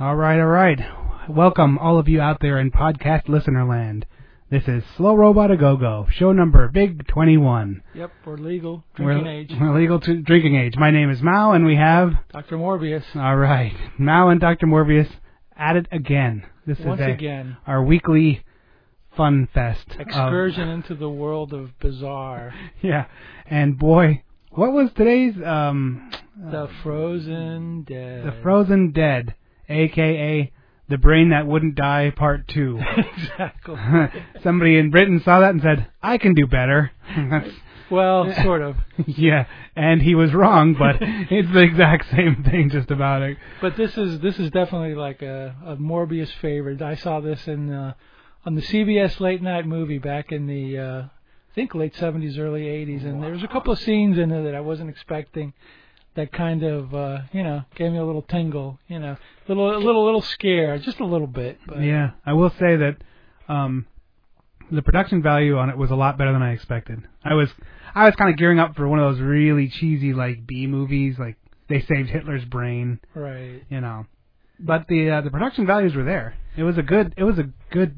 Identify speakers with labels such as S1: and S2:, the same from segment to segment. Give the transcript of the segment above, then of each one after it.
S1: All right, all right. Welcome, all of you out there in podcast listener land. This is Slow Robot A Go Go, show number Big 21.
S2: Yep, we're legal. Drinking
S1: we're,
S2: age.
S1: We're legal to drinking age. My name is Mao, and we have.
S2: Dr. Morbius.
S1: All right. Mao and Dr. Morbius at it again. This
S2: Once
S1: is a-
S2: again,
S1: our weekly fun fest. of-
S2: excursion into the world of bizarre.
S1: yeah. And boy, what was today's. um
S2: The Frozen Dead.
S1: The Frozen Dead, a.k.a. The Brain That Wouldn't Die Part 2.
S2: exactly.
S1: Somebody in Britain saw that and said, I can do better. That's,
S2: Well, sort of.
S1: yeah, and he was wrong, but it's the exact same thing, just about it.
S2: But this is this is definitely like a, a Morbius favorite. I saw this in uh, on the CBS late night movie back in the uh, I think late 70s, early 80s, and there was a couple of scenes in it that I wasn't expecting. That kind of uh, you know gave me a little tingle, you know, little a little little scare, just a little bit. But
S1: Yeah, I will say that um, the production value on it was a lot better than I expected. I was I was kind of gearing up for one of those really cheesy like B movies, like they saved Hitler's brain,
S2: right.
S1: you know. But the uh, the production values were there. It was a good. It was a good.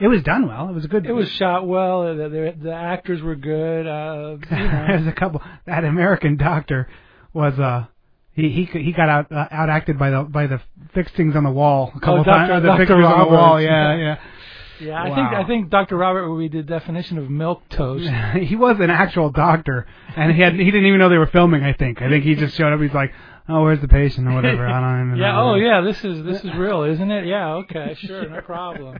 S1: It was done well. It was a good.
S2: It was shot well. The, the, the actors were good. Uh, you know,
S1: There's a couple. That American doctor was uh he he could- he got out uh, out acted by the by the fixings on the wall a couple
S2: Oh,
S1: times.
S2: Dr.
S1: or the
S2: Dr.
S1: fixings on the wall.
S2: Roberts.
S1: Yeah, yeah.
S2: yeah, I think
S1: Wow.
S2: I think Dr. Robert would be the definition of milk toast.
S1: he was an actual doctor, and he had he didn't even know they were filming. I think I think he just showed up. He's like, oh, where's the patient or whatever. I don't even
S2: Yeah.
S1: know.
S2: Oh, yeah. This is this is real, isn't it? Yeah. Okay. Sure. No problem.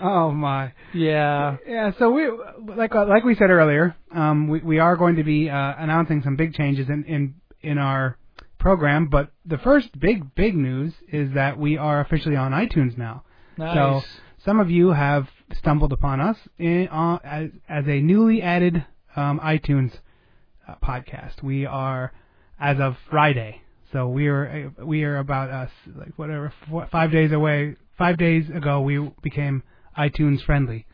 S1: Oh my.
S2: Yeah.
S1: Yeah. So we like uh, like we said earlier, um, we we are going to be uh, announcing some big changes in in in our program. But the first big big news is that we are officially on iTunes now.
S2: Nice.
S1: So some of you have stumbled upon us in, uh, as, as a newly added um, iTunes uh, podcast. We are as of Friday, so we are uh, we are about us like whatever four, five days away. Five days ago, we became iTunes friendly,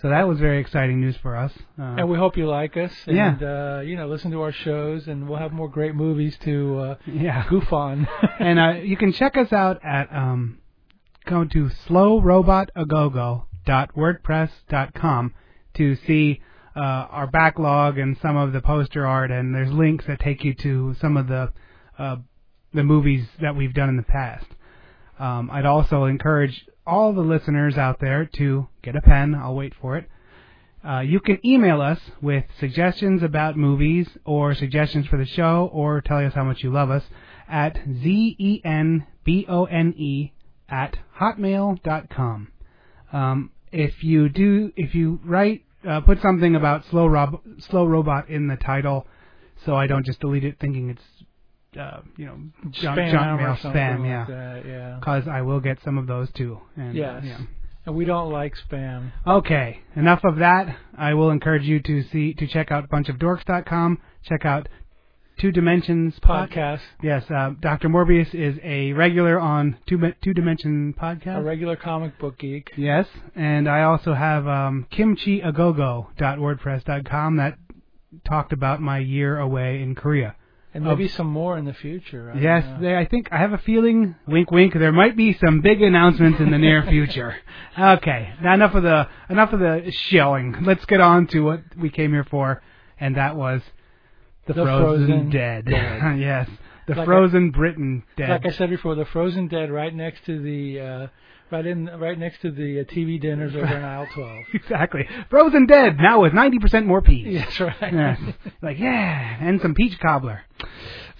S1: so that was very exciting news for us. Uh,
S2: and we hope you like us. And,
S1: Yeah.
S2: Uh, you know, listen to our shows, and we'll have more great movies to uh,
S1: yeah.
S2: goof on.
S1: and uh, you can check us out at um, go to slowrobotagogo.wordpress.com to see uh, our backlog and some of the poster art, and there's links that take you to some of the uh, the movies that we've done in the past. Um, I'd also encourage all the listeners out there to get a pen. I'll wait for it. Uh, you can email us with suggestions about movies or suggestions for the show or tell us how much you love us at E zenbone E at hotmail.com. Um, if you do, if you write, uh, put something about slow, rob, slow robot in the title, so I don't just delete it thinking it's, uh, you know, junk,
S2: Spam
S1: junk
S2: or
S1: mail
S2: something
S1: spam,
S2: like
S1: yeah,
S2: that, yeah.
S1: because I will get some of those too. And,
S2: Yes.
S1: yeah.
S2: And we don't like spam.
S1: Okay, enough of that. I will encourage you to see to check out bunchofdorks.com. Check out Two Dimensions pod-
S2: Podcast.
S1: Yes, uh, Dr. Morbius is a regular on Two Two Dimension podcast.
S2: A regular comic book geek.
S1: Yes, and I also have um, kimchiagogo.wordpress.com that talked about my year away in Korea.
S2: And
S1: Of-
S2: maybe some more in the future. I don't
S1: Yes,
S2: know.
S1: they, I think I have a feeling, wink, wink, there might be some big announcements in the near future. Okay, now enough of the enough of the shelling. Let's get on to what we came here for, and that was the,
S2: The
S1: frozen,
S2: Frozen
S1: dead.
S2: Dead.
S1: yes, the
S2: Like I-
S1: frozen Britain dead.
S2: Like I said before, the Frozen Dead right next to the uh, right in right next to the uh, TV dinners over in aisle twelve.
S1: exactly, frozen dead now with ninety percent more peas.
S2: That's right.
S1: Yes. like yeah, and some peach cobbler.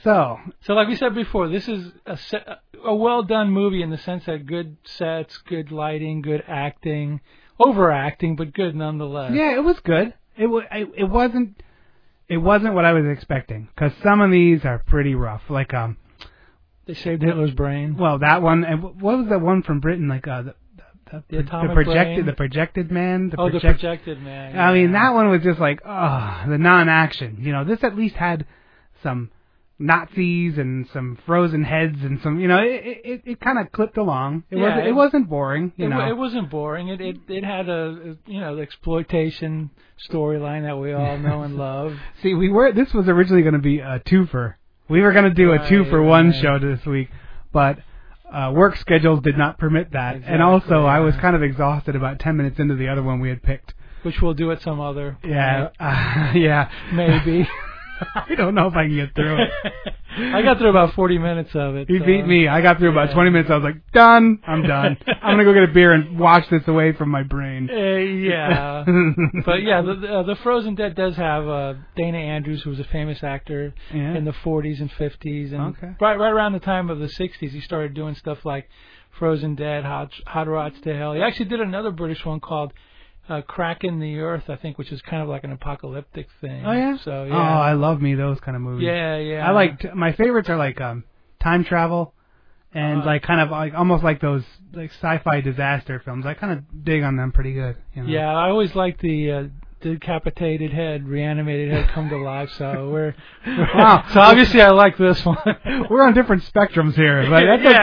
S1: So
S2: So, like we said before, this is a se- a well done movie in the sense that good sets, good lighting, good acting, overacting, but good nonetheless.
S1: Yeah, it was good. It was. It, it wasn't. It wasn't what I was expecting because some of these are pretty rough. Like um,
S2: They saved Hitler's brain.
S1: Well, that one. And wh- what was that one from Britain? Like uh, the, the,
S2: The Atomic
S1: projected,
S2: Brain.
S1: the projected man. The
S2: oh, the
S1: project-
S2: projected man.
S1: I mean,
S2: yeah.
S1: that one was just like, oh, the non-action. You know, this at least had some Nazis and some frozen heads and some. You know, it it, it kind of clipped along. It
S2: Yeah,
S1: wasn't it,
S2: it-
S1: wasn't boring. You
S2: it,
S1: know,
S2: wa- it wasn't boring. It it it had a you know the exploitation storyline that we all know and love.
S1: See, we were. This was originally going to be a twofer. We were going to do a
S2: Right,
S1: two for one
S2: right.
S1: show this week, but uh, work schedules did not permit that. and
S2: Exactly,
S1: also, I was
S2: yeah.
S1: kind of exhausted about ten minutes into the other one we had picked.
S2: which we'll do at some other point,
S1: Yeah, uh, yeah,
S2: maybe.
S1: I don't know if I can get through it.
S2: I got through about 40 minutes of it.
S1: He
S2: so-
S1: beat me. I got through about
S2: yeah.
S1: 20 minutes. I was like, done. I'm done. I'm gonna go get a beer and wash this away from my brain.
S2: Uh, yeah. but yeah, the, the, uh, the Frozen Dead does have uh, Dana Andrews, who was a famous actor
S1: Yeah.
S2: in the 40s and 50s, and
S1: Okay.
S2: right right around the time of the 60s, he started doing stuff like Frozen Dead, Hot, Hot Rods to Hell. He actually did another British one called uh, Cracking the Earth, I think, which is kind of like an apocalyptic thing.
S1: oh yeah.
S2: So
S1: Oh, I
S2: yeah.
S1: love me those kind of movies.
S2: yeah, yeah.
S1: I like t- my favorites are like um time travel and
S2: Uh-huh.
S1: like kind of like almost like those like sci-fi disaster films. I kind of dig on them pretty good. You know?
S2: Yeah, I always like the uh, decapitated head, reanimated head come to life. So we're, we're-
S1: Wow.
S2: So obviously, I like this one.
S1: We're on different spectrums here, but that's
S2: yeah.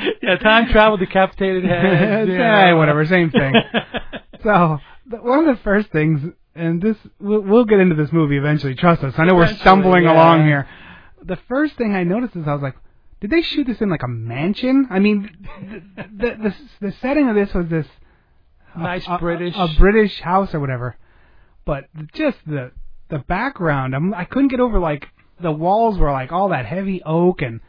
S1: okay.
S2: Yeah, time travel, decapitated head.
S1: It's,
S2: yeah.
S1: eh, whatever, same thing. So the, one of the first things, and this we'll, we'll get into this movie eventually. Trust us. I know we're
S2: Eventually,
S1: stumbling
S2: yeah.
S1: along here. The first thing I noticed is I was like, did they shoot this in like a mansion? I mean, the the, the, the setting of this was this
S2: nice
S1: a- a-
S2: British.
S1: a, British house or whatever. But just the the background, I'm, I couldn't get over like the walls were like all that heavy oak and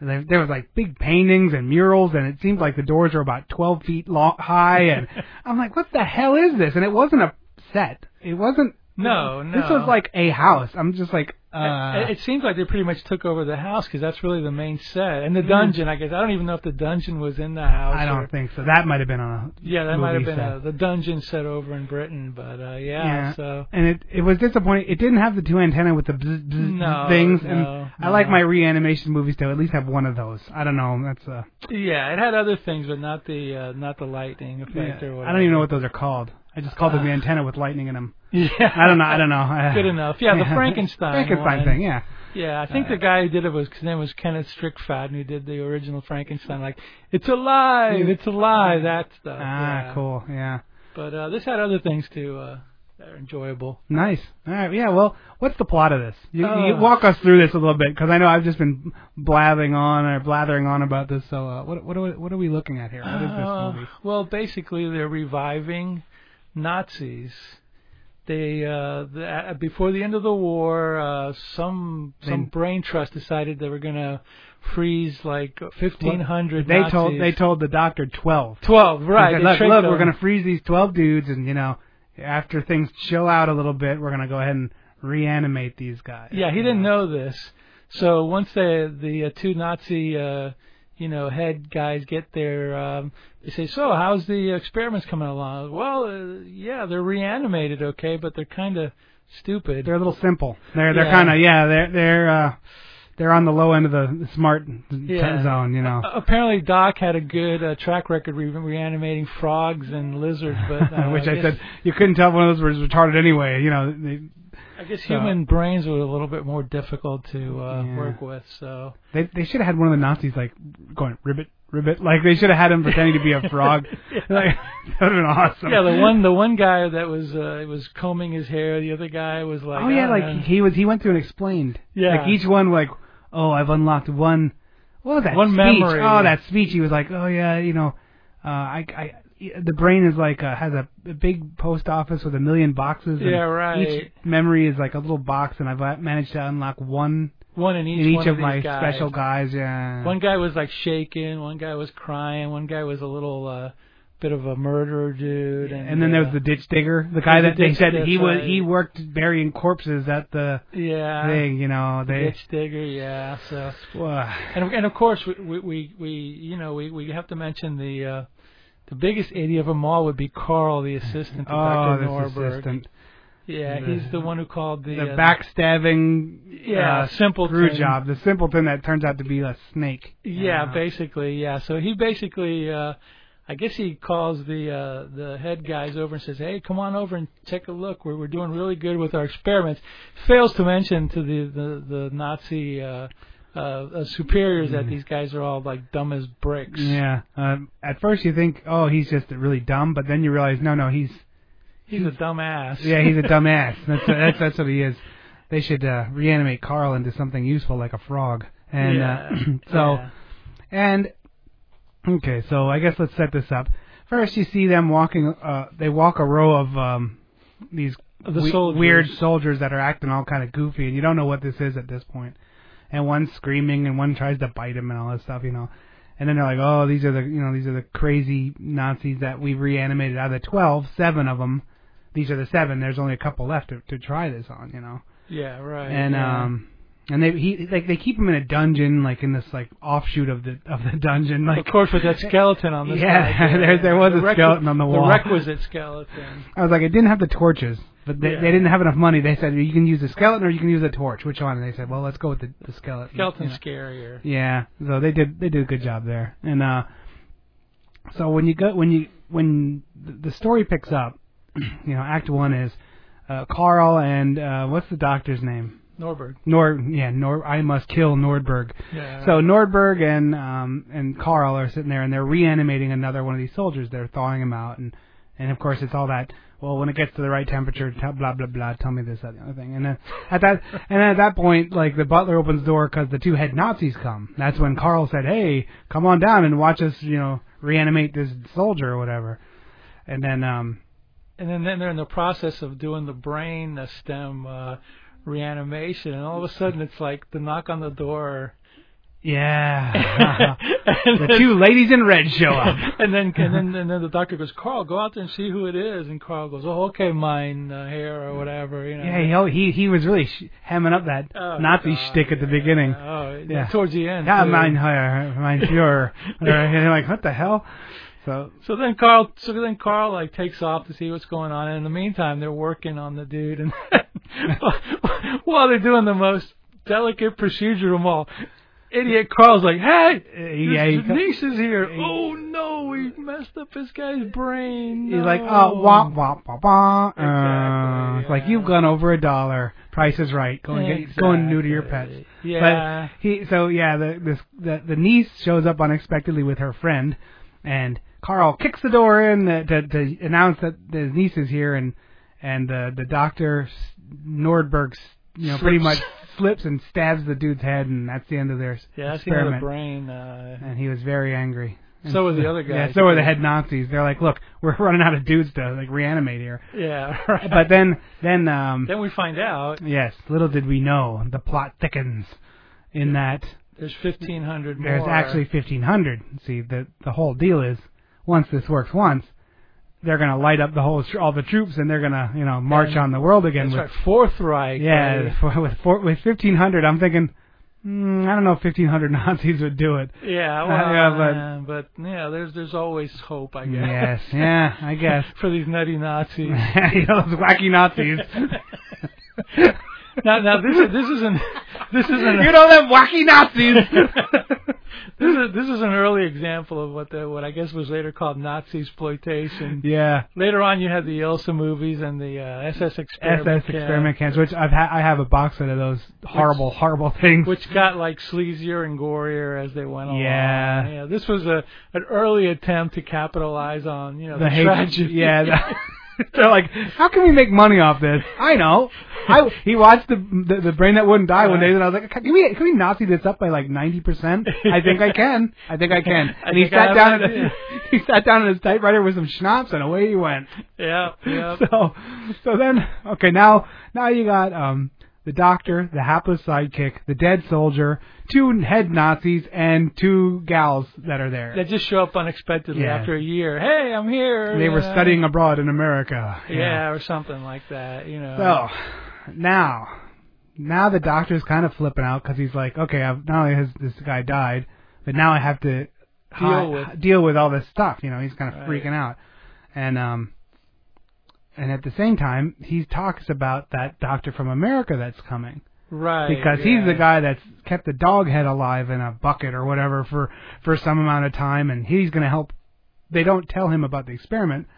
S1: there, there was like big paintings and murals and it seemed like the doors were about 12 feet long, high and I'm like, what the hell is this? And it wasn't a set. It wasn't.
S2: No, no.
S1: This was like a house. I'm just like, uh,
S2: it, it seems like they pretty much took over the house because that's really the main set and the dungeon. I guess I don't even know if the dungeon was in the house.
S1: Hmm. I
S2: or-
S1: don't think so. That might have been on a
S2: Yeah, that might have
S1: movie
S2: been
S1: set.
S2: uh the dungeon set over in Britain, but uh, yeah,
S1: Yeah.
S2: So
S1: and it it was disappointing. It didn't have the two antenna with the bzz, bzz,
S2: No,
S1: things, and
S2: no,
S1: I like
S2: no.
S1: my reanimation movies to at least have one of those. I don't know. That's uh,
S2: Yeah, it had other things, but not the uh, not the lightning effect or whatever.
S1: I don't even know what those are called. I just call them the antenna with lightning in them.
S2: Yeah,
S1: I don't know. I don't know.
S2: Good enough. Yeah, the Frankenstein
S1: Frankenstein
S2: one.
S1: thing. Yeah.
S2: Yeah, I think the guy who did it was his name was Kenneth Strickfad, and who did the original Frankenstein. Like, it's alive, it's alive, that stuff.
S1: Ah,
S2: yeah.
S1: cool. Yeah.
S2: But uh, this had other things too uh, that are enjoyable.
S1: Nice. All right. Yeah. Well, what's the plot of this? You, you
S2: Uh.
S1: walk us through this a little bit because I know I've just been blathering on or blathering on about this. So, uh, what what are, we- what are we looking at here? What is
S2: Uh,
S1: this movie?
S2: Well, basically, they're reviving Nazis. They uh, the, uh, before the end of the war, uh, some some
S1: They-
S2: brain trust decided they were gonna freeze like 1,500.
S1: They
S2: Nazis.
S1: told they told the doctor twelve.
S2: 12, right?
S1: He said,
S2: they
S1: look,
S2: tricked
S1: look,
S2: them.
S1: we're going to freeze these 12 dudes, and, you know, after things chill out a little bit, we're going to go ahead and reanimate these guys.
S2: Yeah, he didn't know this. So once the the uh, two Nazi uh, you know head guys get there, um, they say, "So how's the experiments coming along?" Well, uh, yeah, they're reanimated, okay, but they're kind of stupid.
S1: They're a little simple. They're they're
S2: Yeah.
S1: kind of yeah they're they're uh, they're on the low end of the smart
S2: Yeah.
S1: zone you know.
S2: Uh, Apparently, Doc had a good uh, track record re- reanimating frogs and lizards, but uh,
S1: Which I,
S2: guess,
S1: said you couldn't tell one of those was retarded anyway. You know they
S2: I guess human brains were a little bit more difficult to uh,
S1: Yeah.
S2: work with. So
S1: they they should have had one of the Nazis like going ribbit ribbit like they should have had him pretending to be a frog. Like, that would have been awesome.
S2: yeah, the one the one guy that was uh, was combing his hair, the other guy was like,
S1: oh yeah,
S2: I
S1: like
S2: don't know.
S1: he was he went through and explained.
S2: Yeah.
S1: Like each one like, oh, I've unlocked one. What was that?
S2: One
S1: speech?
S2: memory.
S1: Oh, that speech. He was like, oh yeah, you know, uh, I, I, the brain is like uh, has a, a big post office with a million boxes. and
S2: Yeah, right.
S1: Each memory is like a little box, and I've uh, managed to unlock one
S2: one in each,
S1: in each
S2: one
S1: of,
S2: of
S1: my
S2: these guys.
S1: special guys. Yeah.
S2: One guy was like shaking, one guy was crying, one guy was a little uh, bit of a murderer dude, and,
S1: and then there was
S2: uh,
S1: the ditch digger, the guy
S2: the
S1: that they
S2: ditch
S1: said
S2: digger,
S1: he was
S2: right.
S1: he worked burying corpses at the
S2: uh, yeah
S1: thing. You know, they.
S2: ditch digger, yeah. So
S1: Wah.
S2: and and of course we we we, we you know we we have to mention the. Uh, the biggest idiot of them all would be Carl, the assistant to
S1: Oh,
S2: Dr.
S1: this
S2: Norberg.
S1: assistant.
S2: Yeah,
S1: The-
S2: he's the one who called the,
S1: the
S2: uh,
S1: backstabbing
S2: Yeah,
S1: uh,
S2: simpleton.
S1: screw job, the simpleton that turns out to be a snake.
S2: Yeah,
S1: Uh,
S2: basically, yeah. So he basically, uh, I guess he calls the uh, the head guys over and says, "Hey, come on over and take a look. We're we're doing really good with our experiments." Fails to mention to the the, the Nazi uh, uh, uh, superiors that these guys are all like dumb as bricks.
S1: Mm. yeah. Um, at first you think, oh, he's just really dumb, but then you realize, no, no, he's
S2: He's a dumbass.
S1: yeah, he's a dumbass. That's that's that's what he is. They should uh, reanimate Carl into something useful like a frog. And uh, so
S2: Yeah.
S1: and okay, so I guess let's set this up. First, you see them walking. Uh, they walk a row of um, these
S2: Of the
S1: we-
S2: soldiers.
S1: weird soldiers that are acting all kind of goofy, and you don't know what this is at this point. And one's screaming, and one tries to bite him, and all this stuff, you know. And then they're like, "Oh, these are the you know these are the crazy Nazis that we've reanimated out of the twelve, seven of them. These are the seven. There's only a couple left to, to try this on, you know."
S2: yeah, right.
S1: and
S2: yeah.
S1: um and they he like they keep him in a dungeon like in this like offshoot of the of the dungeon like
S2: of course, with that skeleton on the
S1: Yeah,
S2: side,
S1: there- there was
S2: The
S1: a skeleton on the wall.
S2: The requisite skeleton.
S1: I was like I didn't have the torches but they
S2: Yeah.
S1: they didn't have enough money they said you can use the skeleton or you can use the torch which one and they said well let's go with the, the skeleton
S2: Skeleton's
S1: yeah.
S2: scarier.
S1: yeah so they did they did a good job there and uh so when you go when you when the the story picks up you know act 1 is uh Carl and uh what's the doctor's name
S2: Norberg.
S1: Nor yeah Nor I must kill Nordberg
S2: Yeah.
S1: So Nordberg and um and Carl are sitting there and they're reanimating another one of these soldiers. They're thawing him out and and of course it's all that. Well, when it gets to the right temperature, t- blah blah blah. Tell me this, that, the other thing. And then at that and then at that point, like the butler opens the door because the two head Nazis come. That's when Carl said, "Hey, come on down and watch us, you know, reanimate this soldier or whatever." And then um
S2: and then, then they're in the process of doing the brain uh, stem uh, reanimation, and all of a sudden it's like the knock on the door.
S1: yeah,
S2: and
S1: the
S2: then-
S1: two ladies in red show up.
S2: and then and then and then the doctor goes, Carl, go out there and see who it is. And Carl goes, Oh, okay, mine uh, hair or whatever. You know.
S1: Yeah, he al- he he was really sh- hemming up that
S2: Oh,
S1: Nazi
S2: God,
S1: shtick at the
S2: yeah.
S1: beginning.
S2: Oh,
S1: Yeah.
S2: towards the end.
S1: Yeah,
S2: too.
S1: mine higher, mine pure. and they're like, what the hell? So
S2: So then Carl, so then Carl like takes off to see what's going on, and in the meantime they're working on the dude, and while they're doing the most delicate procedure of them all, idiot Carl's like, "Hey,
S1: uh, yeah,
S2: yeah,
S1: he,
S2: his niece is here.
S1: he-
S2: oh no, we messed up this guy's brain."
S1: he's like,
S2: No."
S1: oh, wah wah wah wah.
S2: Exactly,
S1: Uh, It's like
S2: yeah.
S1: you've gone over a dollar. Price is right. Go and get, go and neuter your pets.
S2: Exactly. Yeah.
S1: But he so yeah, the this the, the niece shows up unexpectedly with her friend, and Carl kicks the door in to, to, to announce that his niece is here, and and uh, the doctor S- Nordberg you know pretty much
S2: Slips.
S1: slips and stabs the dude's head, and that's the end of their s-
S2: yeah, that's the
S1: experiment.
S2: other brain. Uh,
S1: and he was very angry. And
S2: So were the other
S1: Yeah,
S2: guys.
S1: so were the head Nazis. They're like, look, we're running out of dudes to like reanimate here.
S2: yeah, right.
S1: But then, then, um,
S2: then we find out
S1: yes, little did we know, the plot thickens. In that
S2: there's 1,500 more.
S1: there's actually 1,500. See, the the whole deal is once this works once, they're gonna light up the whole tr- all the troops and they're gonna you know march
S2: And-
S1: on the world again with
S2: that's right, forthright. buddy.
S1: yeah for, with four, with 1,500. I'm thinking, mm, I don't know if 1,500 Nazis would do it.
S2: Yeah,
S1: Uh,
S2: well,
S1: yeah,
S2: but, yeah, there's there's always hope, I guess.
S1: yes, yeah, I guess.
S2: for these nutty Nazis.
S1: you know, those wacky Nazis.
S2: now, now this is this isn't this isn't
S1: you know them wacky Nazis.
S2: this is this is an early example of what the what I guess was later called Nazi exploitation.
S1: yeah.
S2: Later on, you had the Elsa movies and the uh, SS experiment,
S1: SS
S2: yeah,
S1: experiment cans, which I've ha- I have a box set of those horrible, horrible things.
S2: which got like sleazier and gorier as they went along.
S1: Yeah.
S2: yeah. This was a an early attempt to capitalize on you know the,
S1: hate-
S2: tragedy.
S1: Yeah. the- they're like, how can we make money off this? I know. I he watched the the, the brain that wouldn't die one day, and I was like, can we can we Nazi this up by like ninety percent? I think I can. I think I can.
S2: I
S1: And he
S2: think I
S1: sat
S2: have
S1: down
S2: an
S1: at
S2: idea.
S1: he sat down at his typewriter with some schnapps, and away he went.
S2: yeah, yeah.
S1: So, so then, okay, now, now you got um the doctor, the hapless sidekick, the dead soldier, two head Nazis, and two gals that are there.
S2: that just show up unexpectedly
S1: Yeah.
S2: after a year. Hey, I'm here.
S1: they
S2: you
S1: were
S2: know.
S1: studying abroad in America.
S2: Yeah. or something like that. You know.
S1: So now, now the doctor's kind of flipping out because he's like, okay, I've, not only has this guy died, but now I have to hi-
S2: with-
S1: deal with all this stuff. You know, he's kind of
S2: Right.
S1: freaking out, and um, and at the same time, he talks about that Doctor from America that's coming
S2: Right.
S1: because he's
S2: yeah.
S1: the guy that's kept the dog head alive in a bucket or whatever for for some amount of time, and he's going to help. They don't tell him about the experiment,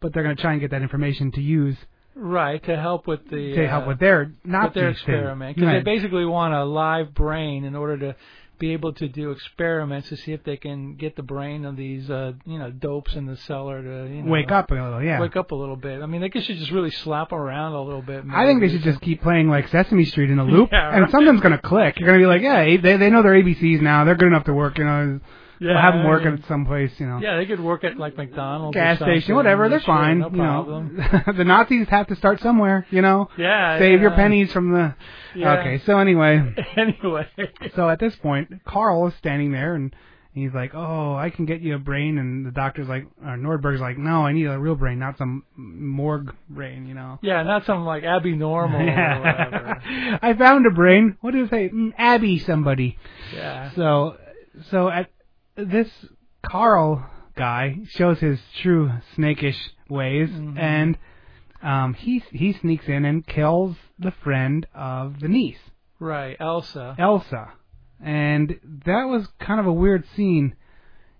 S1: but they're going to try and get that information to use
S2: Right to help with the
S1: to
S2: uh,
S1: help with their not
S2: with their
S1: these things.
S2: experiment because
S1: Right.
S2: they basically want a live brain in order to be able to do experiments to see if they can get the brain of these uh, you know dopes in the cellar to you know,
S1: wake up a little. Yeah,
S2: wake up a little bit. I mean, they should just really slap around a little bit.
S1: I think they
S2: maybe.
S1: should just keep playing like Sesame Street in a loop,
S2: Yeah,
S1: and
S2: right.
S1: something's going to click. You're going to be like, yeah, they they know their ABCs now. They're good enough to work. You know,
S2: yeah,
S1: have them
S2: I
S1: work
S2: mean,
S1: at some place. You know.
S2: Yeah, they could work at like McDonald's, or
S1: Gas
S2: something.
S1: station, whatever, they're
S2: Sure,
S1: fine.
S2: No
S1: you
S2: problem.
S1: know, the Nazis have to start somewhere. You know,
S2: Yeah,
S1: save your
S2: yeah,
S1: pennies from the.
S2: yeah.
S1: Okay, so anyway,
S2: Anyway,
S1: so at this point, Carl is standing there and he's like, "Oh, I can get you a brain," and the doctor's like, or Nordberg's like, "No, I need a real brain, not some morgue brain, you know."
S2: yeah, not something like Abby Normal or whatever.
S1: Yeah. I found a brain. What did it say? Mm, Abby somebody.
S2: Yeah.
S1: So, so at this Carl guy shows his true snakish ways,
S2: Mhm.
S1: and um, he he sneaks in and kills the friend of the niece,
S2: Right, Elsa.
S1: Elsa, and that was kind of a weird scene.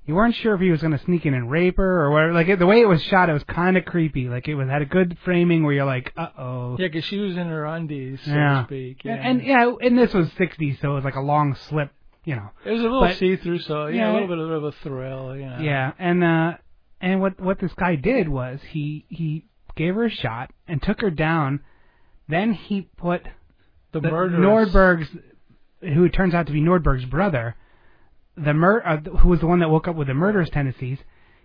S1: You weren't sure if he was going to sneak in and rape her or whatever. Like it, the way it was shot, it was kind of creepy. Like it was had a good framing where you're like, uh oh.
S2: Yeah, 'cause she was in her undies, so
S1: Yeah.
S2: to speak. Yeah.
S1: And, and yeah, and this was '60s, so it was like a long slip, you know.
S2: it was a little
S1: but-
S2: see-through, so yeah,
S1: Yeah.
S2: a little bit, a little bit of a thrill. You know.
S1: Yeah, and uh, and what what this guy did was he he gave her a shot and took her down. Then he put
S2: The,
S1: the
S2: murderous-
S1: Nordberg's, who turns out to be Nordberg's brother, the mur- uh, who was the one that woke up with the murderous tendencies.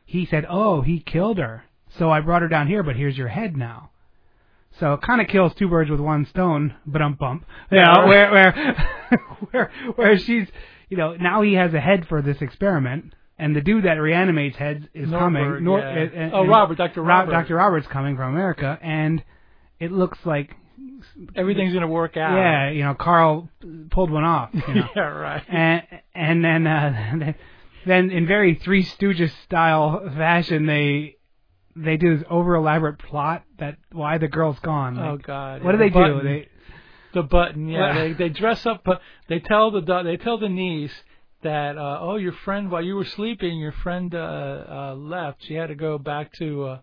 S1: He said, "Oh, he killed her. So I brought her down here, but here's your head now." So it kind of kills two birds with one stone, but um bump. You know,
S2: Yeah.
S1: where where where where she's, you know, now he has a head for this experiment, and the dude that reanimates heads is
S2: Nordberg,
S1: coming. Nor-
S2: yeah.
S1: and- and-
S2: oh, Robert, Dr.
S1: Rob-
S2: Robert.
S1: Dr. Robert's coming from America, and it looks like
S2: Everything's going to work out.
S1: yeah, you know, Carl pulled one off. You know.
S2: yeah, right.
S1: and and then uh, then in very Three Stooges style fashion, they they do this over elaborate plot that why the girl's gone.
S2: Oh
S1: Like,
S2: God!
S1: what do
S2: yeah,
S1: they
S2: the button,
S1: do? They
S2: the button, yeah.
S1: Well-
S2: they they dress up, but they tell the da- they tell the niece that uh, oh, your friend while you were sleeping, your friend uh, uh, left. She had to go back to uh,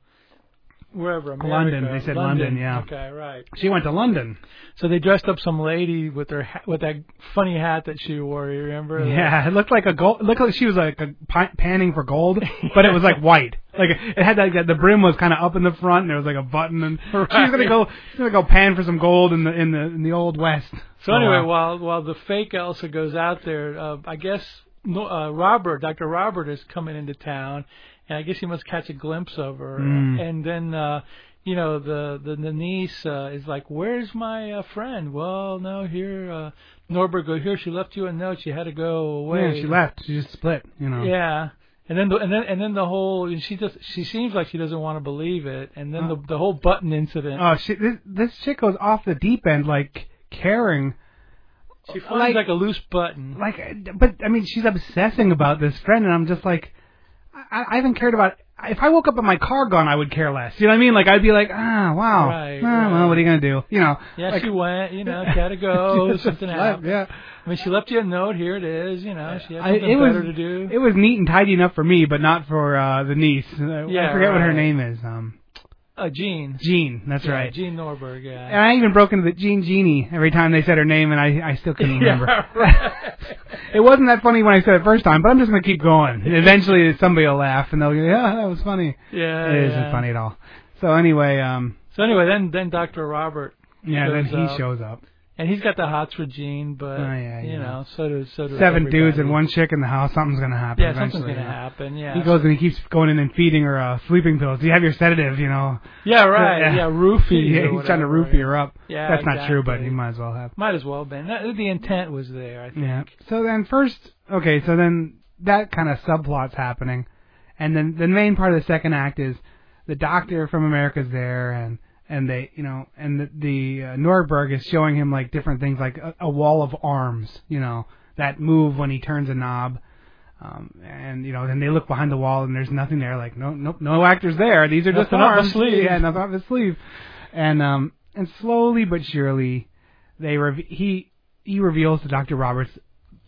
S2: wherever America.
S1: London. They said London, yeah.
S2: Okay, right.
S1: she went to London.
S2: So they dressed up some lady with her ha- with that funny hat that she wore. You remember?
S1: Yeah, it looked like a gold. Looked like she was like a, pi- panning for gold, but it was like white. Like it had like that. The brim was kind of up in the front, and there was like a button. And she was gonna
S2: Right.
S1: go. She was gonna go pan for some gold in the in the in the old west.
S2: So anyway,
S1: uh,
S2: while while the fake Elsa goes out there, uh, I guess no, uh, Robert, Doctor Robert, is coming into town, and I guess he must catch a glimpse of her.
S1: Mm.
S2: And then, uh, you know, the the, the niece uh, is like, "Where's my uh, friend?" Well, no, here uh, Norbert go here. She left you a note. She had to go away.
S1: yeah, she left. She just split. You know.
S2: Yeah. And then, the, and then, and then the whole and she just she seems like she doesn't want to believe it. And then the the whole button incident.
S1: Oh, she, this this chick goes off the deep end, like caring,
S2: she finds
S1: like-
S2: like, a loose button.
S1: like. But I mean, she's obsessing about this friend, and I'm just like, I, I haven't cared about. If I woke up with my car gone, I would care less. You know what I mean? Like I'd be like, ah, wow,
S2: Right,
S1: ah,
S2: right.
S1: well, what are you gonna do? You know?
S2: yeah,
S1: like,
S2: she went. You know, she had to go.
S1: Just
S2: something
S1: left,
S2: happened.
S1: Yeah,
S2: I mean, she left you a note. Here it is. You know, she had
S1: I,
S2: something
S1: it was
S2: better to do.
S1: it was neat and tidy enough for me, but not for uh the niece. I- I
S2: Yeah,
S1: forget what her
S2: right.
S1: name is. Um,
S2: uh, Gene.
S1: Jean. That's
S2: Yeah,
S1: right.
S2: Gene Norberg.
S1: And
S2: Yeah.
S1: I even broke into the Jean Genie every time they said her name, and I I still couldn't remember.
S2: yeah, right.
S1: It wasn't that funny when I said it first time, but I'm just gonna keep going. Eventually, somebody will laugh and they'll go, "Yeah, that was funny."
S2: yeah.
S1: it
S2: yeah.
S1: isn't funny at all. So anyway, um,
S2: So anyway, then then Dr. Robert,
S1: yeah, then
S2: Shows
S1: he
S2: up.
S1: shows up.
S2: and he's got the hots for Gene, but
S1: Oh, yeah, yeah.
S2: you know, so does so does
S1: Seven dudes
S2: everybody.
S1: and one chick in the house. Something's gonna happen.
S2: Yeah,
S1: eventually,
S2: something's gonna
S1: you know.
S2: happen. Yeah.
S1: He goes and he keeps going in and feeding her uh, sleeping pills. You have your sedative, you know.
S2: yeah, right.
S1: Yeah.
S2: Yeah, roofie.
S1: Yeah, he's trying to roofie her up.
S2: Yeah,
S1: That's not true, but
S2: exactly.
S1: he might as well have.
S2: Might as well have been. That- The intent was there. I think.
S1: Yeah. So then first, okay, so then that kind of subplot's happening, and then the main part of the second act is the doctor from America's there, and and they, you know, and the, the uh, Norberg is showing him like different things, like a, a wall of arms, you know, that move when he turns a knob. Um, and you know, then they look behind the wall and there's nothing there. Like no, nope, no actors there. These are just
S2: Nothing up
S1: arms.
S2: his sleeve.
S1: Yeah, nothing up his sleeve. And um, and slowly but surely, they rev- he he reveals to Doctor Roberts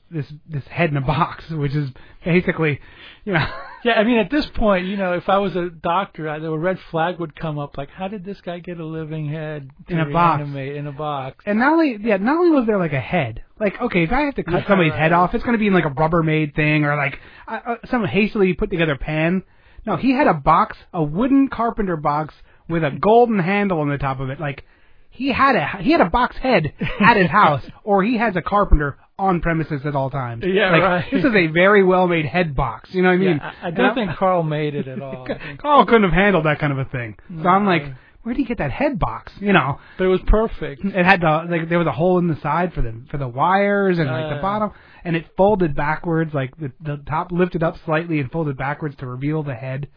S1: this this head in a box, which is basically, you know,
S2: Yeah, I mean, at this point, you know, if I was a doctor, I, the red flag would come up. Like, how did this guy get a living head to
S1: In a box.
S2: reanimate in a box?
S1: and not only yeah, not only was there like a head. Like okay, if I have to cut
S2: Yeah,
S1: somebody's
S2: right.
S1: head off, it's going to be in like a Rubbermaid thing or like uh, uh, some hastily put together pen. No, he had a box, a wooden carpenter box with a golden handle on the top of it. Like he had a he had a box head at his house, or he has a carpenter on premises at all times.
S2: Yeah,
S1: like,
S2: right.
S1: This is a very well made head box. You know what I mean?
S2: Yeah, I, I
S1: And I'm-
S2: don't think Carl made it at all. I think-
S1: Carl couldn't have handled that kind of a thing. So I'm like,
S2: No.
S1: where would he get that head box? You know,
S2: But it was perfect.
S1: it had the like there was a hole in the side for the for the wires and like the
S2: Uh.
S1: bottom, and it folded backwards, like the the top lifted up slightly and folded backwards to reveal the head.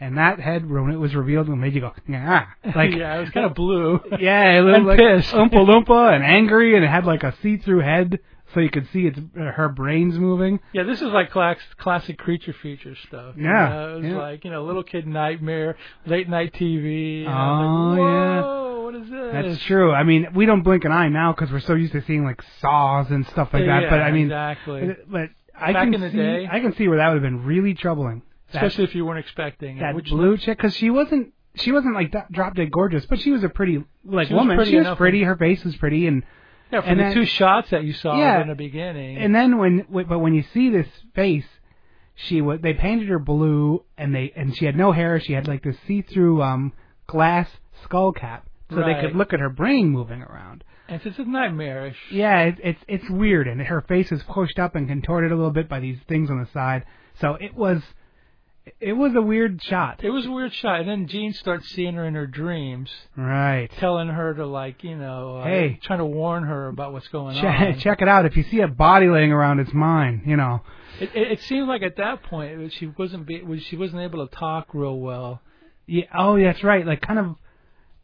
S1: And that head, when it was revealed, it made you go, yeah, like
S2: yeah, it was kind of blue.
S1: yeah, it looked
S2: And
S1: like
S2: pissed.
S1: Oompa Loompa and angry, and it had like a see-through head, so you could see its uh, her brains moving.
S2: Yeah, this is like class, classic creature feature stuff. you
S1: Yeah,
S2: know? it was
S1: yeah.
S2: like you know, little kid nightmare, late night TV.
S1: Oh,
S2: and I was like,
S1: yeah.
S2: Whoa, what is this?
S1: That's true. I mean, we don't blink an eye now because we're so used to seeing like saws and stuff like that.
S2: Yeah,
S1: But I mean,
S2: exactly.
S1: but, but I
S2: Back
S1: can
S2: in the
S1: see,
S2: day.
S1: I can see where that would have been really troubling. That,
S2: Especially if you weren't expecting
S1: that
S2: it. Which
S1: blue chick, because she wasn't she wasn't like that drop dead gorgeous, but she was a pretty like
S2: She was
S1: woman.
S2: pretty
S1: she was
S2: enough.
S1: pretty. Her face was pretty, and
S2: yeah, for
S1: and
S2: the
S1: that-
S2: two shots that you saw
S1: Yeah.
S2: in the beginning.
S1: and then when but when you see this face, she was they painted her blue, and they and she had no hair. She had like this see through um glass skull cap, so they
S2: Right.
S1: could look at her brain moving around.
S2: and it's just nightmarish.
S1: Yeah, it, it's it's weird, and her face is pushed up and contorted a little bit by these things on the side. So it was, it was a weird shot.
S2: It was a weird shot. And then Jean starts seeing her in her dreams,
S1: Right.
S2: telling her to like, you know, uh,
S1: Hey.
S2: trying to warn her about what's going
S1: Check,
S2: on.
S1: check it out. If you see a body laying around, it's mine. You know.
S2: It, it, it seemed like at that point it was- she wasn't be, was- she wasn't able to talk real well.
S1: Yeah. Oh, that's right. Like kind of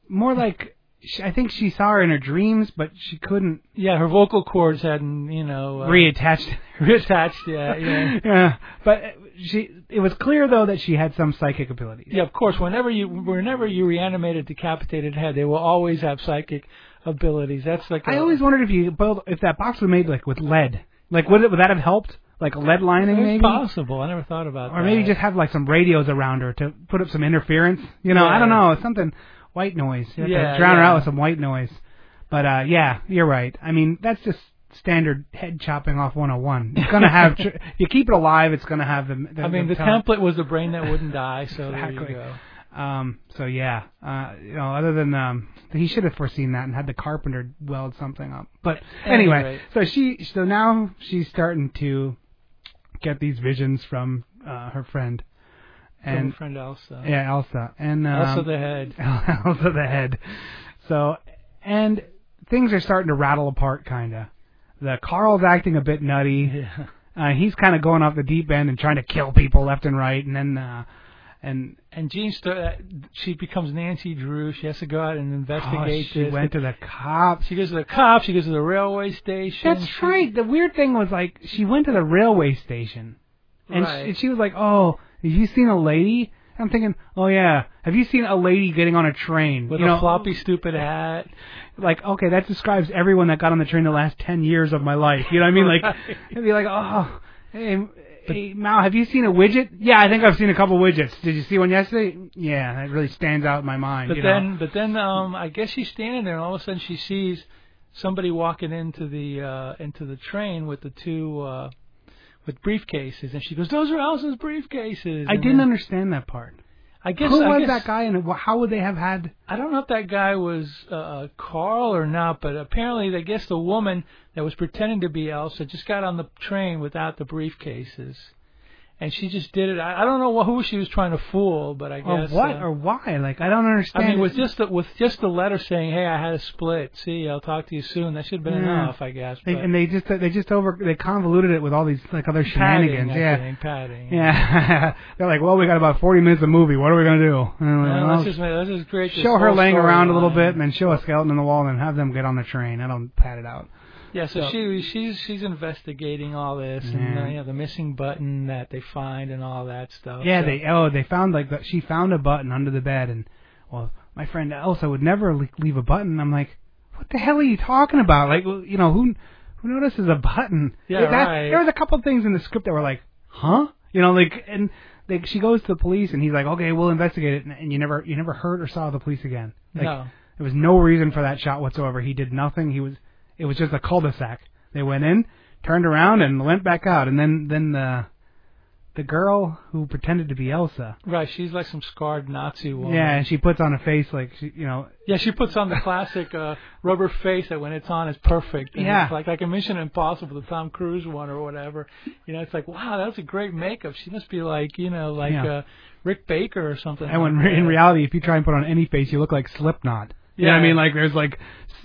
S1: more like sh I think she saw her in her dreams, but she couldn't
S2: Yeah, her vocal cords hadn't, you know, uh,
S1: reattach.
S2: reattached yet. Yeah.
S1: yeah. But uh, she. It was clear though that she had some psychic abilities.
S2: yeah, of course. Whenever you whenever you reanimate a decapitated head, they will always have psychic abilities. That's like
S1: I
S2: a-
S1: always wondered if you build if that box was made like with lead. Like would it would that have helped? Like lead lining
S2: it's
S1: maybe?
S2: possible. I never thought about that.
S1: Or maybe just have like some radios around her to put up some interference. You know, I don't
S2: Yeah.
S1: know, something white noise. You have
S2: Yeah,
S1: to drown her
S2: yeah.
S1: out with some white noise. But uh yeah, you're right. I mean, that's just standard head chopping off 101. It's going to have tr- you keep it alive, it's going to have the, the
S2: I mean, the
S1: temp.
S2: template was the brain that wouldn't die. So there
S1: Exactly.
S2: you go.
S1: Um, so yeah, uh, you know, other than um, he should have foreseen that and had the carpenter weld something up. But anyway,
S2: Anyway.
S1: so she, so now she's starting to get these visions from uh, her friend,
S2: From
S1: and
S2: a friend Elsa.
S1: yeah, Elsa, and um,
S2: Elsa the head.
S1: Elsa the head. So, and things are starting to rattle apart, kinda. The Carl's acting a bit nutty.
S2: Yeah.
S1: Uh, he's kind of going off the deep end and trying to kill people left and right, and then. Uh, and
S2: And Jean, st- uh, she becomes Nancy Drew. She has to go out and investigate
S1: Oh, she
S2: this.
S1: went to the cops.
S2: She goes to the cops. She goes to the railway station.
S1: That's
S2: She-
S1: right. The weird thing was like she went to the railway station, and
S2: Right.
S1: she, she was like, "Oh, have you seen a lady?" I'm thinking, "Oh yeah, have you seen a lady getting on a train
S2: With
S1: You
S2: a
S1: know,
S2: floppy, stupid hat.
S1: Like, okay, that describes everyone that got on the train the last ten years of my life. You know what I mean? Like,
S2: Right.
S1: it'd be like, "Oh, hey." Hey, Mal, have you seen a widget? Yeah, I think I've seen a couple widgets. Did you see one yesterday? Yeah, that really stands out in my mind.
S2: But
S1: you know?
S2: then, but then, um, I guess she's standing there, and all of a sudden she sees somebody walking into the uh, into the train with the two uh, with briefcases, and she goes, "Those are Allison's briefcases."
S1: I
S2: And
S1: didn't
S2: then-
S1: understand that part.
S2: I guess
S1: Who
S2: I
S1: was
S2: guess-
S1: that guy, and wh- how would they have had
S2: I don't know if that guy was uh, Carl or not, but apparently, I guess the woman that was pretending to be Elsa just got on the train without the briefcases, and she just did it. I, I don't know who she was trying to fool, but I
S1: or
S2: guess
S1: what
S2: uh,
S1: or why? Like I don't understand.
S2: I mean, with just the, with just the letter saying, "Hey, I had a split. See, I'll talk to you soon." That should have been
S1: Yeah.
S2: enough, I guess.
S1: Hmm. they,
S2: but
S1: and they just they just over they convoluted it with all these like other
S2: padding,
S1: shenanigans.
S2: I
S1: yeah,
S2: think, padding.
S1: yeah. They're like, well, we got about forty minutes of movie. What are we gonna do? And I'm like,
S2: Well,
S1: well,
S2: let's just make- let's just create this
S1: show her
S2: whole
S1: laying around a little
S2: storyline.
S1: bit, and then show a skeleton in the wall, and have them get on the train. I don't pat it out.
S2: Yeah, so
S1: So-
S2: she she's she's investigating all this and uh,
S1: Yeah.
S2: you know, the missing button that they find and all that stuff.
S1: Yeah,
S2: so,
S1: they oh they found like the, she found a button under the bed, and well, my friend Elsa would never le- leave a button. I'm like, what the hell are you talking about? Like, well, you know who who notices a button?
S2: Yeah,
S1: Like, that-
S2: right.
S1: There was a couple things in the script that were like, huh? You know, like and like she goes to the police, and he's like, okay, we'll investigate it, and, and you never you never heard or saw the police again. Like,
S2: no.
S1: There was no reason for that shot whatsoever. He did nothing. He was it was just a cul-de-sac. They went in, turned around, and went back out. And then then the the girl who pretended to be Elsa.
S2: Right, she's like some scarred Nazi woman.
S1: Yeah, and she puts on a face like she you know
S2: Yeah, she puts on the classic uh, rubber face that when it's on it's perfect. And
S1: Yeah.
S2: It's like like a Mission Impossible, the Tom Cruise one or whatever. You know, it's like wow, that was a great makeup. She must be like you know like
S1: Yeah.
S2: uh, Rick Baker or something.
S1: and when
S2: like
S1: re- in
S2: that.
S1: reality if you try and put on any face you look like Slipknot. You know what I
S2: Yeah.
S1: mean? Like there's like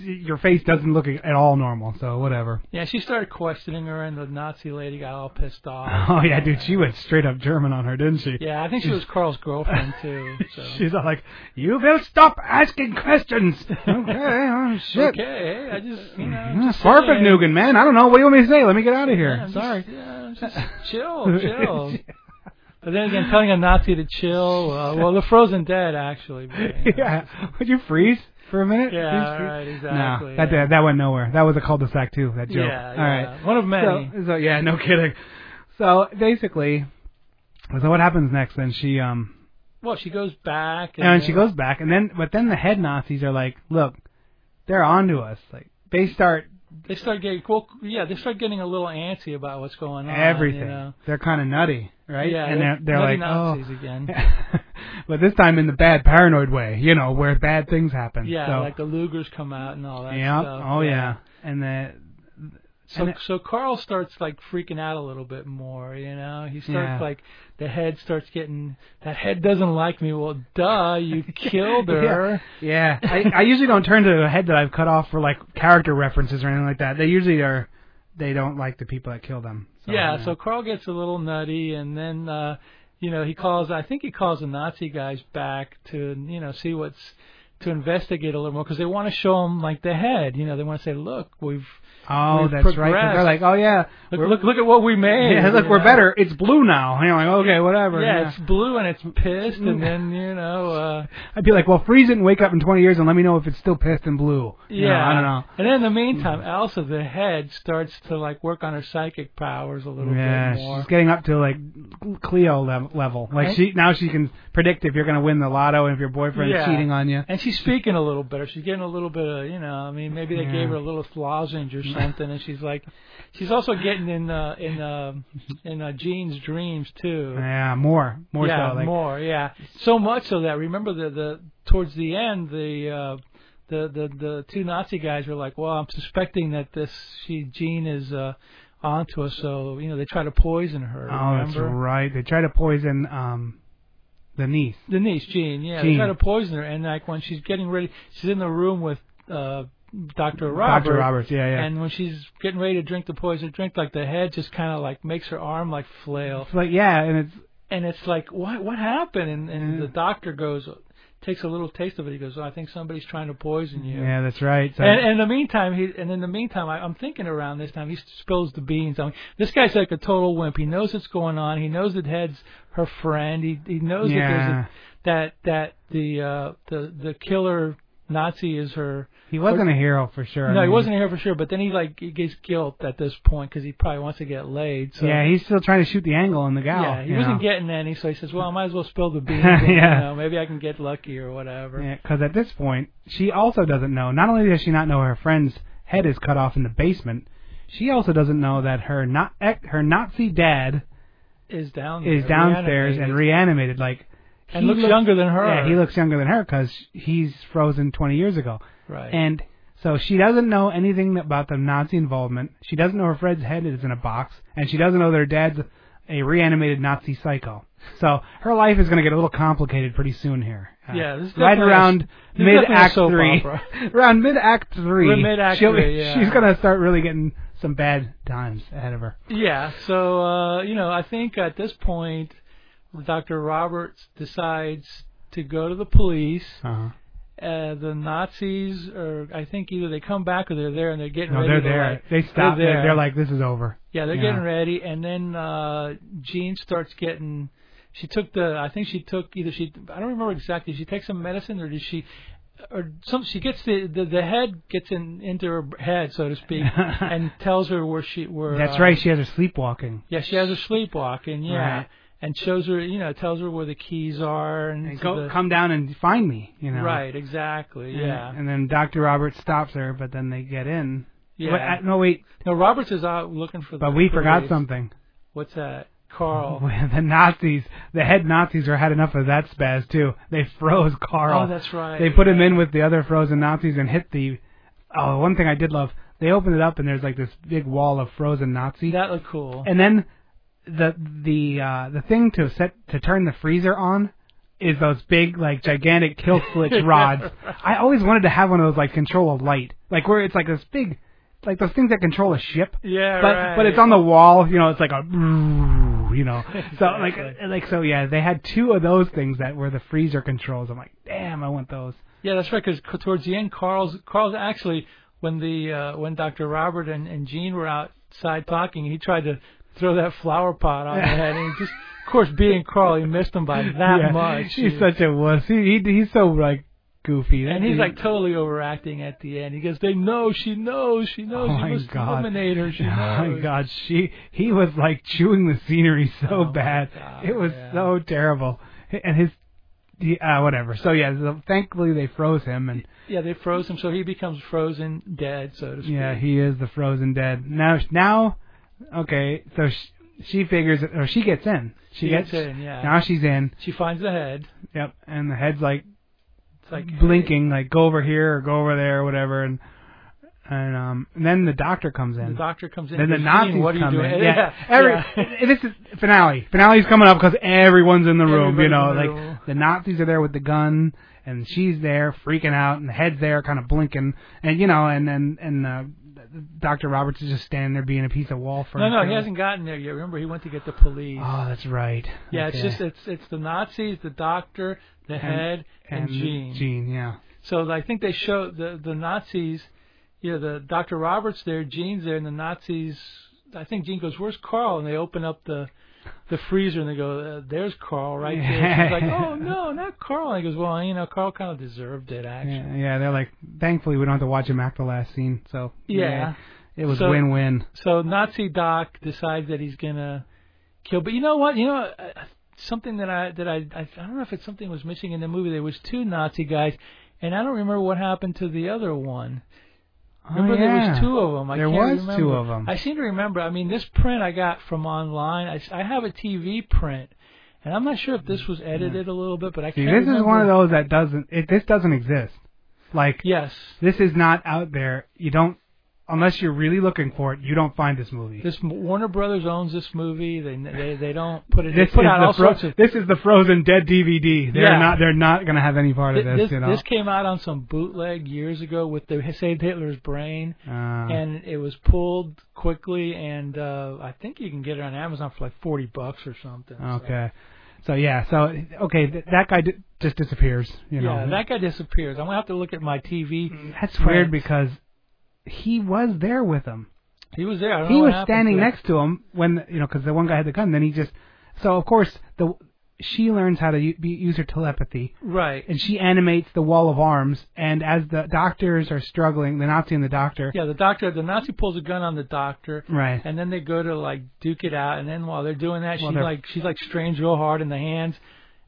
S1: s- your face doesn't look at all normal. So whatever.
S2: yeah, she started questioning her, and the Nazi lady got all pissed off.
S1: Oh yeah, dude, she went straight up German on her, didn't she?
S2: yeah, I think she was Carl's girlfriend too. So.
S1: She's all like, "You will stop asking questions." okay, oh, shit. Mm-hmm.
S2: Okay, I just you know.
S1: Yeah,
S2: just
S1: Ah, Perfect,
S2: saying.
S1: Nugent, man. I don't know. What do you want me to say? Let me get out of
S2: Yeah,
S1: here.
S2: I'm just-
S1: Sorry.
S2: yeah, I'm just chill, chill. But then again, telling a Nazi to chill. Uh, well, the Frozen Dead actually. But, you know.
S1: yeah. Would you freeze for a minute?
S2: Yeah,
S1: Did you freeze?
S2: right, exactly,
S1: No, that,
S2: yeah.
S1: that that went nowhere. That was a cul-de-sac too. That joke.
S2: Yeah,
S1: All right.
S2: yeah. One of many.
S1: So, so yeah, no kidding. So basically, so what happens next? Then she um
S2: Well, she goes back. And,
S1: and then she goes back, and then but then the head Nazis are like, look, they're onto us. Like they start
S2: uh, They start getting well, yeah. They start getting a little antsy about what's going on.
S1: everything.
S2: You know?
S1: They're kind of nutty, right?
S2: Uh, Yeah,
S1: and they're they're
S2: nutty
S1: like,
S2: Nazis
S1: oh.
S2: again.
S1: but this time in the bad paranoid way, you know, where bad things happen.
S2: Yeah,
S1: so,
S2: like the Lugers come out and all that.
S1: yeah,
S2: Stuff.
S1: oh yeah, and the
S2: So
S1: And it-
S2: so Carl starts like freaking out a little bit more, you know. He
S1: Yeah.
S2: starts like the head starts getting that head doesn't like me. Well, duh, you killed her.
S1: Yeah, I, I usually don't turn to a head that I've cut off for like character references or anything like that. They usually are. They don't like the people that kill them. So,
S2: yeah, so Carl gets a little nutty, and then uh, you know he calls. I think he calls the Nazi guys back to you know see what's to investigate a little more because they want to show him like the head. You know, they want to say, look, we've
S1: oh,
S2: we've
S1: that's right. 'cause They're like, oh yeah,
S2: look
S1: we're-
S2: look, look at what we made.
S1: yeah, look,
S2: you
S1: we're
S2: know.
S1: better. It's blue now. And you're like, okay, whatever.
S2: Yeah, it's blue and it's pissed, and then you know. Uh,
S1: I'd be like, well, freeze it and wake up in 20 years and let me know if it's still pissed and blue. You
S2: Yeah,
S1: know, I don't know.
S2: And in the meantime, Elsa, the head, starts to like work on her psychic powers a little
S1: Yeah,
S2: bit more.
S1: she's getting up to like Cleo lev- level. Like
S2: Right.
S1: she now she can predict if you're going to win the lotto and if your boyfriend's
S2: Yeah.
S1: cheating on you.
S2: And she's speaking a little better. She's getting a little bit of, you know, I mean, maybe they
S1: Yeah.
S2: gave her a little lozenge or something, and she's like, she's also getting in uh, in uh, in uh, Jean's dreams too.
S1: Yeah, more, more
S2: yeah,
S1: so. Like,
S2: more, yeah. So much so that remember the the towards the end the uh the the the two Nazi guys were like, "Well, I'm suspecting that this she Jean is uh onto us." So, you know, they try to poison her,
S1: oh, that's
S2: remember?
S1: right. They try to poison um the niece.
S2: The niece, Jean, yeah. They
S1: Jean.
S2: try to poison her and like when she's getting ready, she's in the room with uh Dr. Robert.
S1: Doctor Roberts. Yeah, yeah.
S2: And when she's getting ready to drink the poison drink, like the head just kind of like makes her arm like flail.
S1: it's like yeah, and it's
S2: and it's like what what happened and and
S1: Yeah.
S2: the doctor goes takes a little taste of it he goes oh, i think somebody's trying to poison you
S1: yeah, that's right. So,
S2: and, and in the meantime, he and in the meantime, I, I'm thinking around this time. He spills the beans. I mean, this guy's like a total wimp. He knows what's going on. He knows that Head's her friend. He he knows that there's
S1: yeah,
S2: a, that that the uh, the the killer Nazi is her.
S1: he wasn't a hero for sure. I
S2: No, he
S1: mean,
S2: wasn't here for sure. But then he like he gets guilt at this point because he probably wants to get laid. So
S1: Yeah, he's still trying to shoot the angle on the gal.
S2: yeah, he
S1: you
S2: wasn't
S1: know?
S2: getting any, so he says, "Well, I might as well spill the beans. and,
S1: Yeah.
S2: you know, maybe I can get lucky or whatever."
S1: Yeah, because at this point, she also doesn't know. Not only does she not know her friend's head is cut off in the basement, she also doesn't know that her not ec- her Nazi dad
S2: Is down there,
S1: is downstairs
S2: reanimated,
S1: and reanimated. Like
S2: and
S1: he
S2: looks, younger than her.
S1: Yeah, he looks younger than her because he's frozen 20 years ago,
S2: right.
S1: and so she doesn't know anything about the Nazi involvement. She doesn't know her friend's head is in a box, and she doesn't know their dad's a reanimated Nazi psycho. So her life is going to get a little complicated pretty soon here. Uh,
S2: Yeah, this is
S1: right
S2: definitely a-
S1: around
S2: this is
S1: mid
S2: definitely a
S1: act
S2: soap
S1: three.
S2: opera.
S1: around mid act
S2: We're
S1: three.
S2: mid-act
S1: she'll be-
S2: three, yeah.
S1: She's going to start really getting some bad times ahead of her.
S2: yeah, so uh, you know, I think at this point, Dr. Roberts decides to go to the police
S1: Uh-huh.
S2: uh, the Nazis, or I think either they come back or they're there and they're getting
S1: No,
S2: ready.
S1: they're
S2: to,
S1: there.
S2: like-
S1: they stop.
S2: They're, there.
S1: they're like, this is over.
S2: yeah, they're
S1: yeah.
S2: getting ready, and then uh, Jean starts getting. She took the. I think she took either she. I don't remember exactly. She takes some medicine, or did she? Or some. She gets the the, the head gets in into her head, so to speak, and tells her where she where.
S1: That's
S2: uh,
S1: right. She has her sleepwalking.
S2: Yeah, she has her sleepwalking. Yeah.
S1: Right.
S2: And shows her, you know, tells her where the keys are, and,
S1: And
S2: to
S1: go,
S2: the,
S1: come down and find me. You know.
S2: right, exactly,
S1: And-
S2: yeah,
S1: And then Dr. Roberts stops her, but then they get in.
S2: yeah.
S1: Wait, uh, no, wait.
S2: No, Roberts is out looking for the.
S1: But we
S2: the
S1: forgot
S2: police.
S1: something.
S2: What's that? Carl.
S1: the Nazis, the head Nazis, are had enough of that spaz too. They froze Carl.
S2: Oh, that's right.
S1: They put him in with the other frozen Nazis and hit the. Oh, one thing I did love. They opened it up and there's like this big wall of frozen Nazis.
S2: That looked cool.
S1: And then the the uh, the thing to set to turn the freezer on is those big like gigantic kill switch rods. I always wanted to have one of those like control a light, like where it's like this big, like those things that control a ship.
S2: yeah,
S1: But
S2: right.
S1: but it's on the wall, you know. It's like a, you know. So like
S2: Exactly.
S1: like so yeah, they had two of those things that were the freezer controls. I'm like, damn, I want those.
S2: Yeah, that's right. Because towards the end, Carl's Carl's actually when the uh, when Dr. Robert and and Gene were outside talking, he tried to throw that flower pot on their head, and he just of course being Carl, he missed him by that
S1: Yeah.
S2: much.
S1: He's such a wuss. He, he he's so like goofy.
S2: and he's like totally overacting at the end. He goes, "They know, she knows, she knows,
S1: Oh
S2: you
S1: my
S2: must
S1: God.
S2: eliminate her, she
S1: Oh
S2: knows."
S1: my god, she he was like chewing the scenery so
S2: Oh my
S1: bad.
S2: God,
S1: It was
S2: yeah.
S1: so terrible. And his he- uh whatever. So yeah, so thankfully they froze him and
S2: Yeah, they froze him, so he becomes frozen dead, so to speak.
S1: yeah, he is the frozen dead. Now now okay, so she, she figures or she gets in.
S2: she gets in. Yeah,
S1: Now she's in.
S2: she finds the head.
S1: Yep. And the head's like
S2: It's like
S1: blinking like go over here or go over there or whatever and and um and then the doctor comes in.
S2: The doctor comes in.
S1: Then the
S2: and goes, "Gene,
S1: Nazis
S2: what are you
S1: come
S2: doing?
S1: in. Yeah, every
S2: yeah.
S1: this is finale. Finale's coming up because everyone's in the room. you
S2: Everybody's
S1: know,
S2: in the
S1: like
S2: room.
S1: the Nazis are there with the gun, and she's there freaking out, and the head's there kind of blinking, and you know, and and and uh, Doctor Roberts is just standing there being a piece of wall for.
S2: No, no, he hasn't gotten there yet. Remember, he went to get the police.
S1: Oh, that's right.
S2: yeah,
S1: Okay.
S2: it's just it's it's the Nazis, the doctor, the head, and, Gene.
S1: Gene, yeah.
S2: So I think they show the the Nazis. Yeah, the Dr. Roberts there, Gene's there, and the Nazis. I think Gene goes, "Where's Carl?" And they open up the the freezer and they go, uh, "There's Carl right there." She's like, "Oh no, not Carl." And he goes, "Well, you know, Carl kind of deserved it, actually."
S1: yeah, yeah. They're like, thankfully we don't have to watch him act the last scene, so
S2: yeah.
S1: it was
S2: So-
S1: win-win.
S2: So Nazi Doc decides that he's gonna kill. But you know what? You know uh, something that I that I I, I don't know if it's something was missing in the movie. There was two Nazi guys, and I don't remember what happened to the other one. Remember
S1: oh, yeah.
S2: there was two of them. I
S1: There
S2: can't
S1: was
S2: remember.
S1: two of 'em.
S2: I seem to remember. I mean, this print I got from online. I, s- I have a TV print, and I'm not sure if this was edited a little bit, but I
S1: See,
S2: can't.
S1: this is one of
S2: remember.
S1: those that doesn't. It, this doesn't exist. Like
S2: Yes,
S1: this is not out there. You don't, unless you're really looking for it, you don't find this movie.
S2: this Warner Brothers owns this movie. They they they don't put it. They
S1: This
S2: put
S1: is
S2: out
S1: the
S2: all
S1: Fro-
S2: sorts of
S1: This is the Frozen Dead DVD. They're
S2: Yeah.
S1: not. They're not going to have any part of
S2: Th-
S1: this.
S2: this,
S1: you know.
S2: this came out on some bootleg years ago with the Saved Hitler's Brain,
S1: uh,
S2: and it was pulled quickly, and uh, I think you can get it on Amazon for like forty bucks or something. so.
S1: okay. So yeah. So okay. Th- that guy di- just disappears. You know. Mm-hmm.
S2: yeah, that guy disappears. I'm gonna have to look at my TV.
S1: That's
S2: Right.
S1: weird because he was there with him.
S2: He was there. I don't
S1: he
S2: know Oh, what
S1: was
S2: happened
S1: standing
S2: to him.
S1: next to him when you know because the one guy had the gun. Then he just so of course the she learns how to u- be, use her telepathy
S2: Right.
S1: and she animates the wall of arms. And as the doctors are struggling, the Nazi and the doctor,
S2: Yeah, the doctor. The Nazi pulls a gun on the doctor.
S1: right?
S2: And then they go to like duke it out, and then while they're doing that,
S1: Well,
S2: she
S1: they're-
S2: like she's like strains real hard in the hands,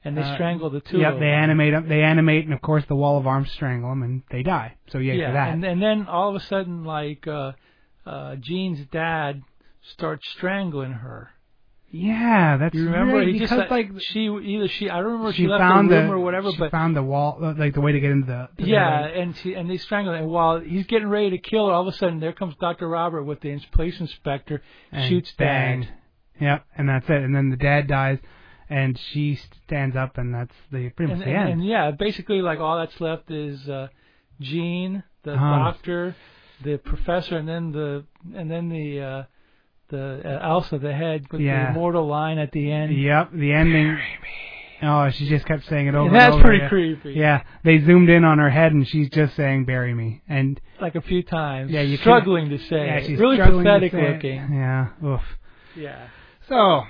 S2: and they
S1: Uh,
S2: strangle the two.
S1: Yep,
S2: of
S1: they
S2: them.
S1: animate them. They animate, and of course the wall of arms strangle them, and they die. So yay for that.
S2: And, and then all of a sudden, like uh, uh, Jean's dad starts strangling her.
S1: yeah, that's
S2: You remember?
S1: Really,
S2: he just
S1: because
S2: like,
S1: like
S2: she either she I don't remember if
S1: she,
S2: she left
S1: found
S2: the room
S1: the
S2: or whatever,
S1: she
S2: but
S1: found the wall uh, like the way to get into the, to the
S2: yeah, and she and they strangle her. And while he's getting ready to kill her, all of a sudden there comes Doctor Robert with the ins- police inspector,
S1: and
S2: shoots
S1: banged.
S2: dad.
S1: Yep, and that's it. And then the dad dies, and she stands up, and that's the pretty much
S2: And,
S1: the end.
S2: and, and yeah, basically like all that's left is uh, Jean, the
S1: Huh.
S2: doctor, the professor, and then the and then the uh, the uh, Elsa, the head with
S1: Yeah.
S2: the immortal line at the end.
S1: yep, the ending. Oh, she just kept saying it over.
S2: and that's
S1: over
S2: pretty
S1: again.
S2: creepy.
S1: Yeah, they zoomed in on her head, and she's just saying "bury me," and
S2: Like a few times.
S1: Yeah, you can-
S2: struggling to say.
S1: yeah,
S2: it.
S1: she's
S2: really
S1: struggling to
S2: pathetic
S1: say it.
S2: looking.
S1: Yeah, oof.
S2: Yeah.
S1: So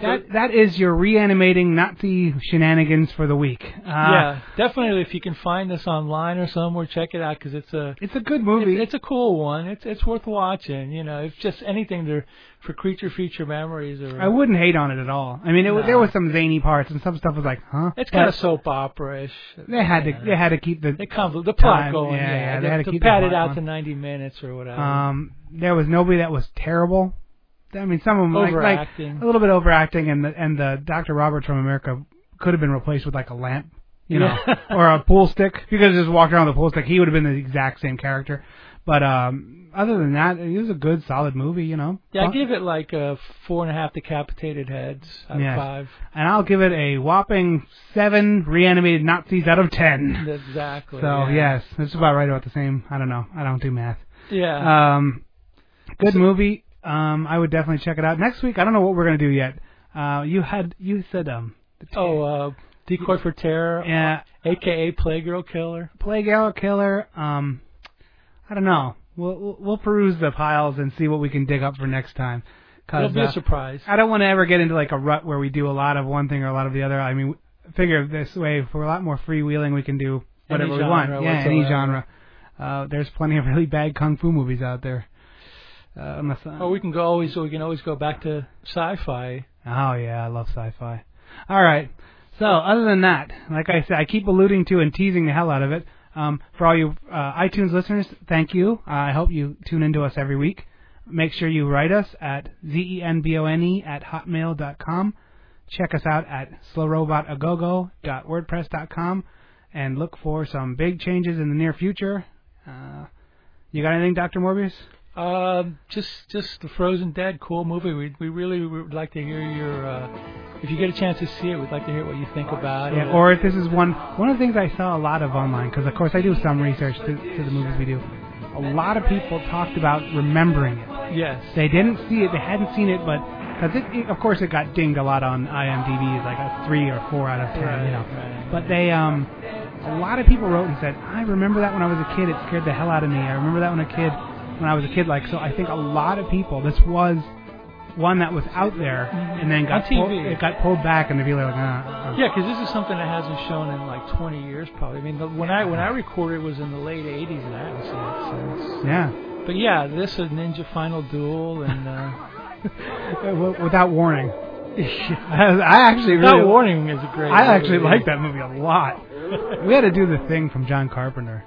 S1: that that is your reanimating Nazi shenanigans for the week. Uh,
S2: yeah, definitely. If you can find this online or somewhere, check it out because it's a
S1: it's a good movie.
S2: It's, it's a cool one. It's it's worth watching. You know, if just anything there for creature feature memories or
S1: I wouldn't hate on it at all. I mean, it, was
S2: No.
S1: there was some zany parts, and some stuff was like, huh?
S2: it's kind
S1: But
S2: of soap opera ish.
S1: They had to they had to keep the
S2: they conv- the plot
S1: Time,
S2: going.
S1: yeah,
S2: Yeah,
S1: yeah, they
S2: to,
S1: had to keep the
S2: pat it
S1: plot
S2: out
S1: going.
S2: to ninety minutes or whatever.
S1: Um, there was nobody that was terrible. I mean, some of them like, like
S2: Overacting.
S1: a little bit overacting, and the and the Dr. Roberts from America could have been replaced with like a lamp, you know,
S2: Yeah.
S1: or a pool stick. If you could have just walked around with a pool stick, he would have been the exact same character. But um, other than that, it was a good, solid movie, you know.
S2: yeah, I
S1: Fun-
S2: give it like uh four and a half decapitated heads out
S1: Yes.
S2: of five.
S1: and I'll give it a whopping seven reanimated Nazis out of ten.
S2: Exactly.
S1: So yes, it's about right about the same. I don't know. I don't do math.
S2: Yeah.
S1: Um, good movie. Um, I would definitely check it out. Next week, I don't know what we're gonna do yet. Uh, you had you said um, the t-
S2: oh, uh, decoy for terror,
S1: yeah,
S2: aka Playgirl killer.
S1: Plague Arrow Killer. Um, I don't know. We'll we'll- we'll peruse the piles and see what we can dig up for next time.
S2: It'll
S1: Cause
S2: be a
S1: uh,
S2: surprise.
S1: I don't want to ever get into like a rut where we do a lot of one thing or a lot of the other. I mean, figure this way, if we're a lot more freewheeling, we can do
S2: Any
S1: whatever we
S2: genre
S1: want. Yeah, any
S2: whatsoever.
S1: genre. Uh, there's plenty of really bad kung fu movies out there. Uh, unless uh,
S2: Or Oh, we can go always. We can always go back to sci-fi.
S1: Oh yeah, I love sci-fi. All right. So other than that, like I said, I keep alluding to and teasing the hell out of it. Um, for all you uh, iTunes listeners, thank you. Uh, I hope you tune into us every week. Make sure you write us at E zenbone at hotmail dot com. Check us out at slowrobotagogo.wordpress.com and look for some big changes in the near future. Uh, you got anything, Dr. Morbius?
S2: Um, just just the Frozen Dead, cool movie. We we really would like to hear your. Uh, if you get a chance to see it, we'd like to hear what you think about
S1: Yeah,
S2: it.
S1: or if this is one one of the things I saw a lot of online, because of course I do some research to, to the movies we do. A lot of people talked about remembering it.
S2: yes,
S1: They didn't see it, they hadn't seen it, but because it, it, of course, it got dinged a lot on IMDb, as like a three or four out of ten, you know.
S2: Right.
S1: But they, um, a lot of people wrote and said, I remember that when I was a kid, it scared the hell out of me. I remember that when a kid, when I was a kid, like so. I think a lot of people, this was one that was out there, and then got
S2: Mm-hmm. On TV.
S1: pulled, it got pulled back, and the people are like, uh, uh,
S2: yeah, because this is something that hasn't shown in like 20 years probably. I mean, the, when I when I recorded it was in the late 80s, and I haven't seen it since.
S1: yeah.
S2: But yeah, this is Ninja Final Duel, and uh,
S1: W- without warning. I actually really,
S2: Without Warning is a great.
S1: I actually
S2: movie.
S1: like that movie a lot. We had to do the thing from John Carpenter.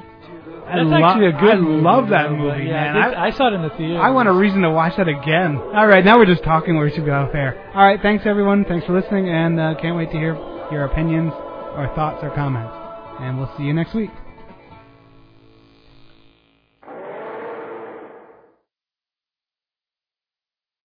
S1: I
S2: That's
S1: lo-
S2: actually a good
S1: I
S2: movie.
S1: love
S2: though,
S1: that
S2: but
S1: movie,
S2: yeah,
S1: man.
S2: this-
S1: I,
S2: I saw it in the theater.
S1: I want a reason to watch that again. All right, now we're just talking where we should be off air. All right, thanks everyone. Thanks for listening, and uh, can't wait to hear your opinions, or thoughts, or comments. And we'll see you next week.